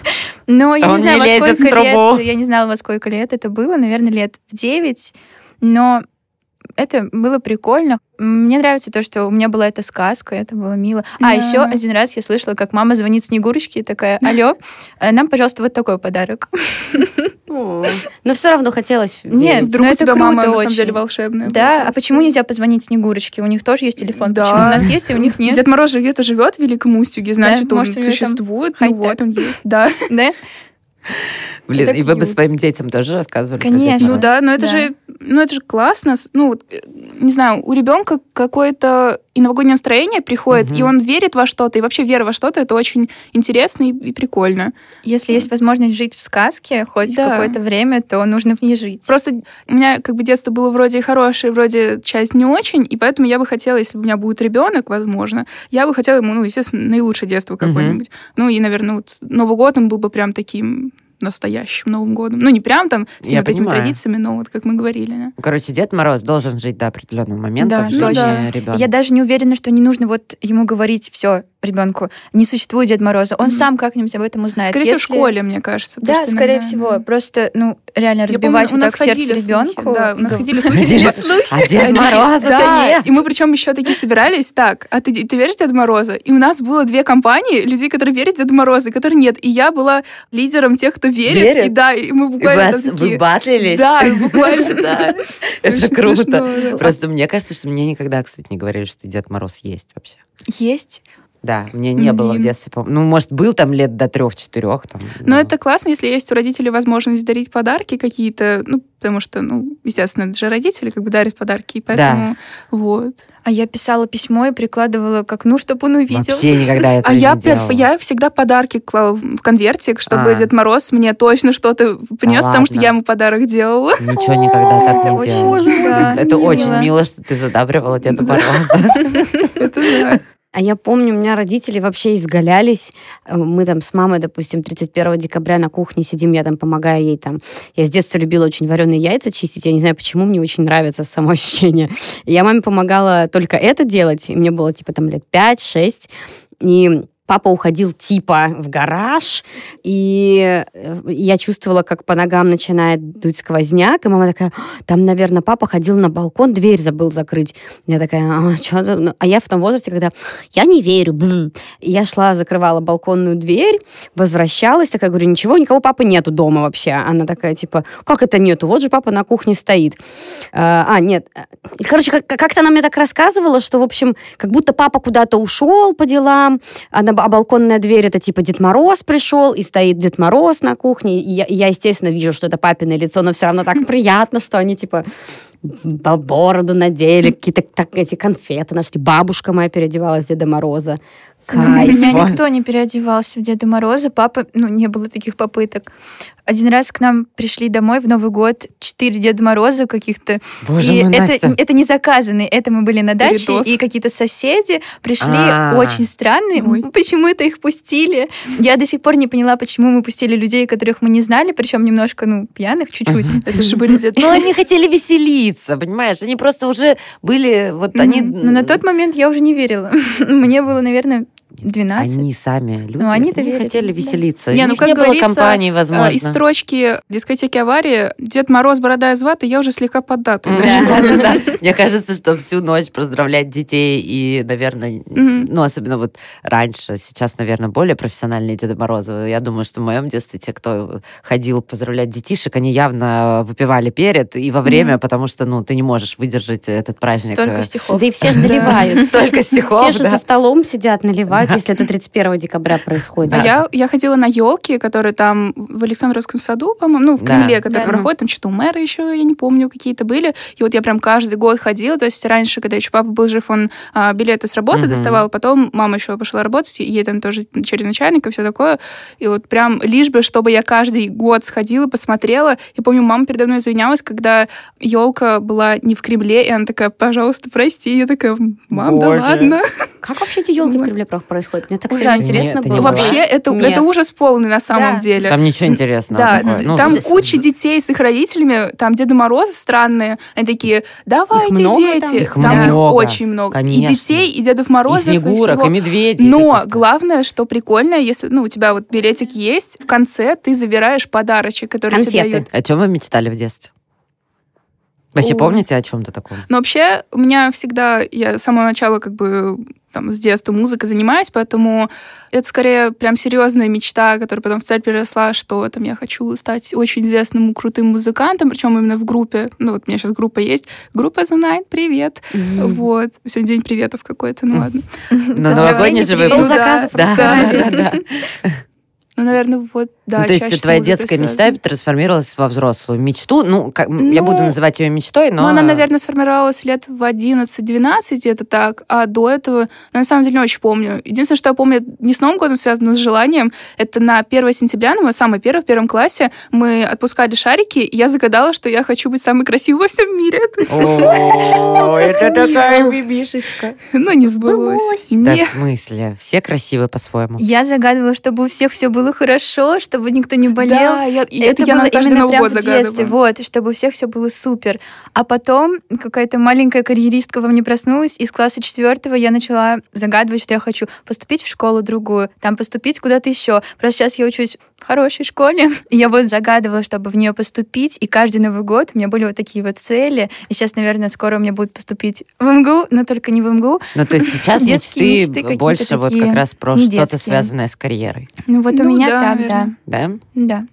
Но я Что не он знаю, не во лезет в сколько трубу. лет... Я не знала, во сколько лет это было, наверное, лет в девять, но это было прикольно. М, Мне нравится то, что у меня была эта сказка, это было мило. А Да. еще один раз я слышала, как мама звонит Снегурочке и такая, алло, э, нам, пожалуйста, вот такой подарок. Но все равно хотелось Нет, верить. Вдруг ну у это тебя круто мама на самом очень. деле волшебная. была Да, а Ну, просто. почему нельзя позвонить Снегурочке? У них тоже есть телефон. Да. Почему у нас есть, и у них нет? Дед Мороз же где-то живет в Великом Устюге, значит, он может, у него там существует. Ну хай-тек. вот он есть, да. Да? Блин, это и вы бы кьют. своим детям тоже рассказывали про Деда Конечно. Мороза? Ну да, но это Да. же, ну это же классно. С- Ну вот, э, не знаю, у ребенка какое-то и новогоднее настроение приходит, Мгм. и он верит во что-то, и вообще вера во что-то это очень интересно и, и прикольно. Если есть возможность жить в сказке хоть Да. какое-то время, то нужно в ней жить. Просто у меня как бы детство было вроде и хорошее, вроде часть не очень, и поэтому я бы хотела, если у меня будет ребенок, возможно, я бы хотела ему, ну естественно, наилучшее детство Мгм. какое-нибудь. Ну и, наверное, вот Новый год он был бы прям таким настоящим Новым годом. Ну, не прям там с Я вот этими понимаю. традициями, но вот как мы говорили. да. Ну, Короче, Дед Мороз должен жить до определенного момента Да, в ну жизни да. ребенка. Я даже не уверена, что не нужно вот ему говорить все ребенку. Не существует Дед Мороза. Он Мгм. сам как-нибудь об этом узнает. Скорее всего, в А Если- школе, мне кажется. потому Да, что скорее иногда, всего. да. Просто, ну, реально Я помню, разбивать у вот нас так сердце Гм. ходили слухи, ребенку. Да, у нас Да. ходили слухи. Ходили типа, слухи. А Дед Мороза Да, нет. и мы причем еще такие собирались, так, а ты, ты веришь в Деда Мороза? И у нас было две компании людей, которые верят в Деда Мороза, и которые нет. И я была лидером тех, кто верит. Верит? И да, и мы Вы, буквально там вас- вы такие... батлились? Да, буквально, да. Это Очень круто. смешно, да. Просто мне кажется, что мне никогда, кстати, не говорили, что Дед Мороз есть вообще. Есть. Да, мне не было в Блин. детстве. пом- Ну, может, был там лет до трех-четырех. Там, Но это классно, если есть у родителей возможность дарить подарки какие-то, ну, потому что, ну, естественно, это же родители как бы дарят подарки, и поэтому вот. А я писала письмо и прикладывала ну, к окну, чтобы он увидел. Вообще никогда это А не я, прям- делала. я всегда подарки клала в в конвертик, чтобы А. Дед Мороз мне точно что-то принес, потому что ладно. я ему подарок делала. Ничего никогда так Это не очень делала. мило. Это очень мило, что ты задабривала Деда Мороза. Это да. А я помню, у меня родители вообще изгалялись. Э, Мы там с мамой, допустим, 31 декабря на кухне сидим, я там помогаю ей там. Я с детства любила очень вареные яйца чистить. Я не знаю, почему мне очень нравится само ощущение. И Я маме помогала только это делать. И мне было типа там лет 5-6. И папа уходил типа в гараж, и э, я чувствовала, как по ногам начинает дуть сквозняк, и мама такая, «А, там, наверное, папа ходил на балкон, дверь забыл закрыть. Я такая, а, чё за- ну?» а я в том возрасте, когда я не верю. блин». И я шла, закрывала балконную дверь, возвращалась, такая говорю, ничего, никого папы нету дома вообще. Она такая, типа, как это нету? Вот же папа на кухне стоит. А, а, нет. И, короче, как- как-то она мне так рассказывала, что, в общем, как будто папа куда-то ушел по делам, а, на, а балконная дверь это типа Дед Мороз пришел, и стоит Дед Мороз на кухне. И я, и я, естественно, вижу, что это папиное лицо, но все равно так приятно, что они типа бо- бороду надели, какие-то так, эти конфеты нашли. Бабушка моя переодевалась в Деда Мороза. Ну, Кайф. Меня никто не переодевался в Деда Мороза. Папа, ну, не было таких попыток. Один раз к нам пришли домой в Новый год четыре Деда Мороза каких-то. Боже и мой, это, Настя. это не заказанные. Это мы были на даче, Передоз. и какие-то соседи пришли А. очень странные. Ой. Почему-то их пустили. Я до сих пор не поняла, почему мы пустили людей, которых мы не знали, причем немножко, ну, пьяных, чуть-чуть. Это же были Дед Ну, они хотели веселиться, понимаешь? Они просто уже были, вот они... Мгм. Но ну, на тот момент я уже не верила. Мне было, наверное, 12. Они сами, люди, Ну, они-то они верили, хотели да. веселиться. Не, У ну, них как не было говорится, компании, Э, Из возможно. строчки дискотеки аварии «Дед Мороз, борода из ваты, я уже слегка поддата». М, Это же да, да, да. Мне кажется, что всю ночь поздравлять детей и, наверное, Мгм. ну, особенно вот раньше, сейчас, наверное, более профессиональные Деда Морозы. Я думаю, что в моем детстве те, кто ходил поздравлять детишек, они явно выпивали перед и во время, потому что, ну, ты не можешь выдержать этот праздник. Столько э, стихов. Да и все же Да. наливают. Столько стихов, Все же да. за столом сидят, наливают бывают, если это 31 декабря происходит. А я, я ходила на елки, которые там в Александровском саду, по-моему, ну, в Да. Кремле, которые Да. проходят, там что-то у мэра еще, я не помню, какие-то были. И вот я прям каждый год ходила, то есть раньше, когда еще папа был жив, он а, билеты с работы Мгм. доставал, потом мама еще пошла работать, и ей там тоже через начальника все такое. И вот прям лишь бы, чтобы я каждый год сходила, посмотрела. Я помню, мама передо мной извинялась, когда елка была не в Кремле, и она такая, пожалуйста, прости. Я такая, мам, да Боже. ладно. Как вообще эти елки в Кремле про- происходят? Мне так всегда Ужас. интересно Нет, это не было. бывает. Вообще, это, Нет. это ужас полный на самом Да. деле. Там ничего интересного. Да, такое. д- Ну, там с- куча детей с их родителями, там Деда Морозы странные, они такие, давайте, Их много там? дети. Их Там их много, очень много. И конечно. детей, и Дедов И Морозов, и, снегурок, и, всего. медведей. Но каких-то. главное, что прикольно, если ну, у тебя вот билетик есть, в конце ты забираешь подарочек, который Конфеты. тебе дают. О чем вы мечтали в детстве? Вообще Ой. помните о чем-то таком? Но вообще у меня всегда, я с самого начала как бы там с детства музыкой занимаюсь, поэтому это скорее прям серьезная мечта, которая потом в цель переросла, что там я хочу стать очень известным крутым музыкантом, причем именно в группе. Ну вот у меня сейчас группа есть. Группа The Night, привет. Вот. Сегодня день приветов какой-то, ну ладно. На Да. новогодний же Стол выпуск. заказов Да, да, да, да. Ну, наверное, вот, да. Ну, то есть чаще с твоя музыкой детская связано. мечта трансформировалась во взрослую мечту. Ну, как- я Ну, буду называть ее мечтой, но... Ну, она, наверное, сформировалась лет в 11-12, где-то так, а до этого, ну, на самом деле, не очень помню. Единственное, что я помню, это не с Новым годом связано, но с желанием, это на 1 сентября, ну, мое самое первое, в первом классе, мы отпускали шарики, и я загадала, что я хочу быть самой красивой во всем мире. То есть, О, это такая бибишечка. Ну, не сбылось. Сбылось. Да, в Не. смысле? Все красивы по-своему. Я загадывала, чтобы у всех все было хорошо, чтобы никто не болел. Да, я- и это, я было на каждый именно Новый прям год в детстве, загадывала. вот, чтобы у всех все было супер. А потом какая-то маленькая карьеристка во мне проснулась, из класса четвертого я начала загадывать, что я хочу поступить в школу другую, там поступить куда-то еще. Просто сейчас я учусь в хорошей школе, и я вот загадывала, чтобы в нее поступить, и каждый Новый год у меня были вот такие вот цели, и сейчас, наверное, скоро у меня будет поступить в МГУ, но только не в МГУ. Ну, то есть сейчас Детские мечты, мечты какие-то больше вот такие как раз про не что-то детские. связанное с карьерой. Ну вот у Ну меня да, так, наверное. Да? да. Да.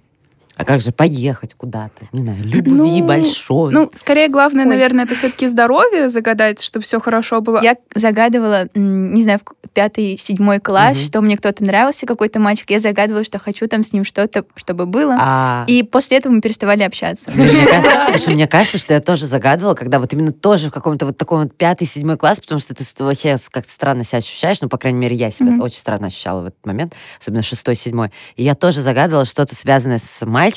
А как же поехать куда-то? Не знаю, любви Ну, большой. Ну, скорее, главное, Ой. наверное, это все-таки здоровье загадать, чтобы все хорошо было. Я загадывала, м, не знаю, в к- пятый, седьмой класс, Мгм. что мне кто-то нравился, какой-то мальчик. Я загадывала, что хочу там с ним что-то, чтобы было. А- И после этого мы переставали общаться. Блин, мне ка- Слушай, мне кажется, что я тоже загадывала, когда вот именно тоже в каком-то вот таком вот пятый-седьмой класс, потому что ты с- вообще с- как-то странно себя ощущаешь, ну, по крайней мере, я себя Мгм. очень странно ощущала в этот момент, особенно шестой-седьмой. И я тоже загадывала что-то связанное с мальчиками.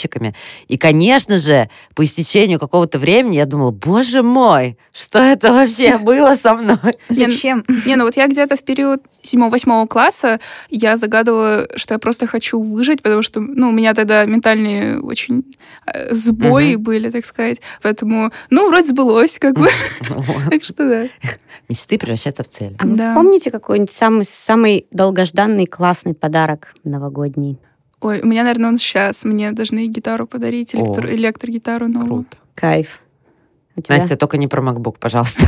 И, конечно же, по истечению какого-то времени я думала, боже мой, что это вообще было со мной? Зачем? Не, ну вот я где-то в период 7-8 класса я загадывала, что я просто хочу выжить, потому что, ну, у меня тогда ментальные очень э, сбои Мгм. были, так сказать. Поэтому, ну, вроде сбылось, как бы. Так что да. Мечты превращаются в цели. А вы Да. помните какой-нибудь самый, самый долгожданный классный подарок новогодний? Ой, у меня, наверное, он сейчас. Мне должны гитару подарить, О. электро- электрогитару новую. Круто. Кайф. У А тебя? Настя, только не про MacBook, пожалуйста.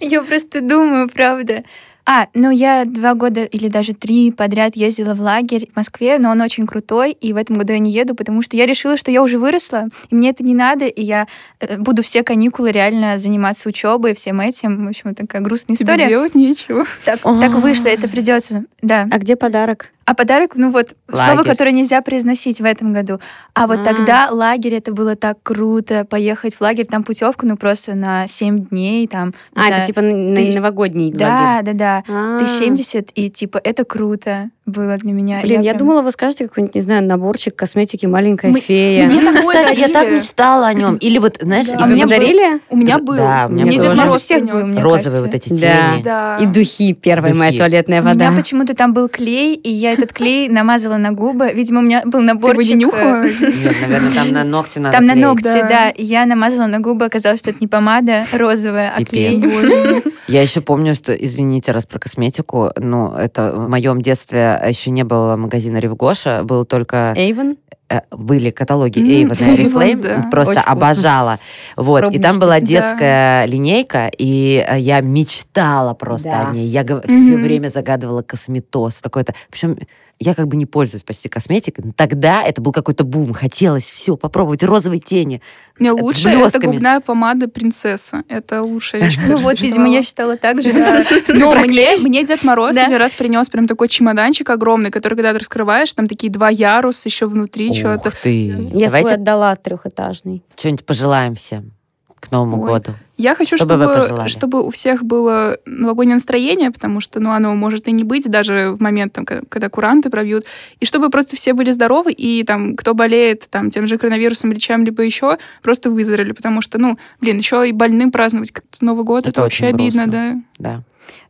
Я просто думаю, правда. А, ну я два года или даже три подряд ездила в лагерь в Москве, но он очень крутой, и в этом году я не еду, потому что я решила, что я уже выросла, и мне это не надо, и я э, буду все каникулы реально заниматься учебой, всем этим. В общем, такая грустная Тебе история. делать нечего. Так, так вышло, это придется. Да. А где подарок? А подарок, ну вот, слово, Лагерь. которое нельзя произносить в этом году. А вот А. тогда лагерь, это было так круто. Поехать в лагерь, там путевка, ну просто на 7 дней, там. не А, знаю. это типа н- Ты- на- новогодний Да, да, да. лагерь. Ты А. 70, и типа это круто было для меня. Блин, я прям- думала, вы скажете какой-нибудь, не знаю, наборчик косметики «Маленькая Мы- фея». Мне такое Кстати, я так дарили. мечтала о нем. Или вот, знаешь, Да. из А мне мне был- подарили? У меня Да, был. у меня Мне Дед тоже. Мороз У всех принёс. был, мне розовые кажется. вот эти Да. тени. Да. И духи, первая моя Духи. туалетная У меня вода. почему-то там был клей, и я этот клей намазала на губы. Видимо, у меня был Ты наборчик. бы не э, нюхала? Нет, наверное, там на ногти надо Там на клеить. ногти, Да. да. И я намазала на губы, оказалось, что это не помада розовая, а клей. Пипец. Боже. Я еще помню, что, извините, раз про косметику, но это в моем детстве еще не было магазина Ревгоша, был только Эйвен? э, были каталоги М, Avon и Avon, Oriflame, да. просто Очень вкусно. обожала. Вот, и там Пробнички. была Да. детская линейка, и э, я мечтала просто Да. о ней. Я Мгм. все время загадывала косметоз какой-то. Причем я как бы не пользуюсь почти косметикой. Но тогда это был какой-то бум. Хотелось все попробовать розовые тени. Мне с лучше это блёстками. губная помада принцесса. Это лучшая вещь, Ну которая вот, видимо, я существовала. считала так же. да. Но мне, мне Дед Мороз Да. один раз принес прям такой чемоданчик огромный, который когда ты раскрываешь, там такие два яруса еще внутри чего-то. Ух ты. Я свой Давайте отдала трехэтажный. что-нибудь пожелаем всем к Новому Ой. году. Я хочу, Что бы вы чтобы, пожелали? чтобы у всех было новогоднее настроение, потому что ну, оно может и не быть даже в момент, там, когда, когда куранты пробьют. И чтобы просто все были здоровы, и там, кто болеет там, тем же коронавирусом или чем-либо еще, просто выздоровели. Потому что, ну, блин, еще и больным праздновать как-то Новый год, Это это, вообще очень обидно, грустно. да. Да.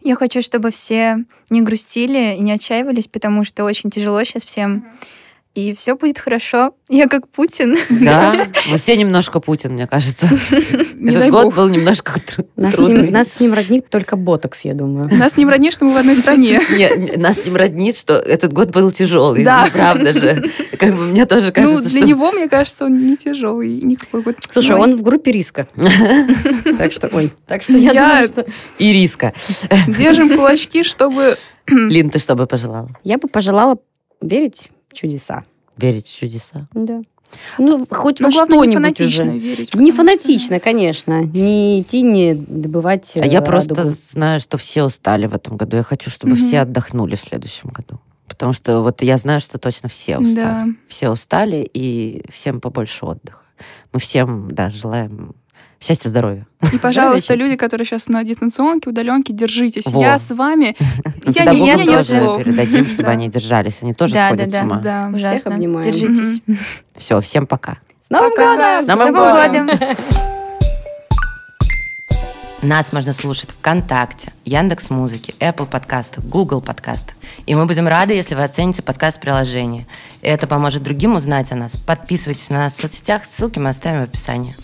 Я хочу, чтобы все не грустили и не отчаивались, потому что очень тяжело сейчас всем. И все будет хорошо. Я как Путин. Да, мы все немножко Путин, мне кажется. Не Этот дай год бог. был немножко тру- Нас с, трудный. ним, нас с ним родник только ботокс, я думаю. Нас не родни, что мы в одной стране. Не, не, нас с ним роднит, что этот год был тяжелый. Да. Ну, правда же. Как бы мне тоже Ну, кажется, для что... а него, мне кажется, он не тяжелый. Никакой вот. Слушай, Ой, он в группе риска. Так что, ой, так что я Я- думаю, что... И риска. Держим кулачки, чтобы... Лин, ты что бы пожелала? Я бы пожелала верить в чудеса. Верить в чудеса. Да. Ну, хоть Ну, во главное, не что-нибудь фанатично уже. верить. Не потому что- фанатично, конечно. Не идти, не добывать А э, я просто радугу. знаю, что все устали в этом году. Я хочу, чтобы Мгм. все отдохнули в следующем году. Потому что вот я знаю, что точно все устали. Да. Все устали, и всем побольше отдыха. Мы всем, да, желаем счастья, здоровья. И, пожалуйста, счастья. люди, которые сейчас на дистанционке, удаленке, держитесь. Во. Я с вами. Ну, Я не педагогам я педагогам не тоже слов. передадим, чтобы Да. они держались. Они тоже Да, сходят да, с да. ума. Да. Ужасно. обнимаем. Держитесь. Все, всем пока. С Новым Пока. годом! С Новым Новым годом! годом! Нас можно слушать ВКонтакте, Яндекс Музыки, Apple подкастах, Google подкастах. И мы будем рады, если вы оцените подкаст приложение. Это поможет другим узнать о нас. Подписывайтесь на нас в соцсетях, ссылки мы оставим в описании.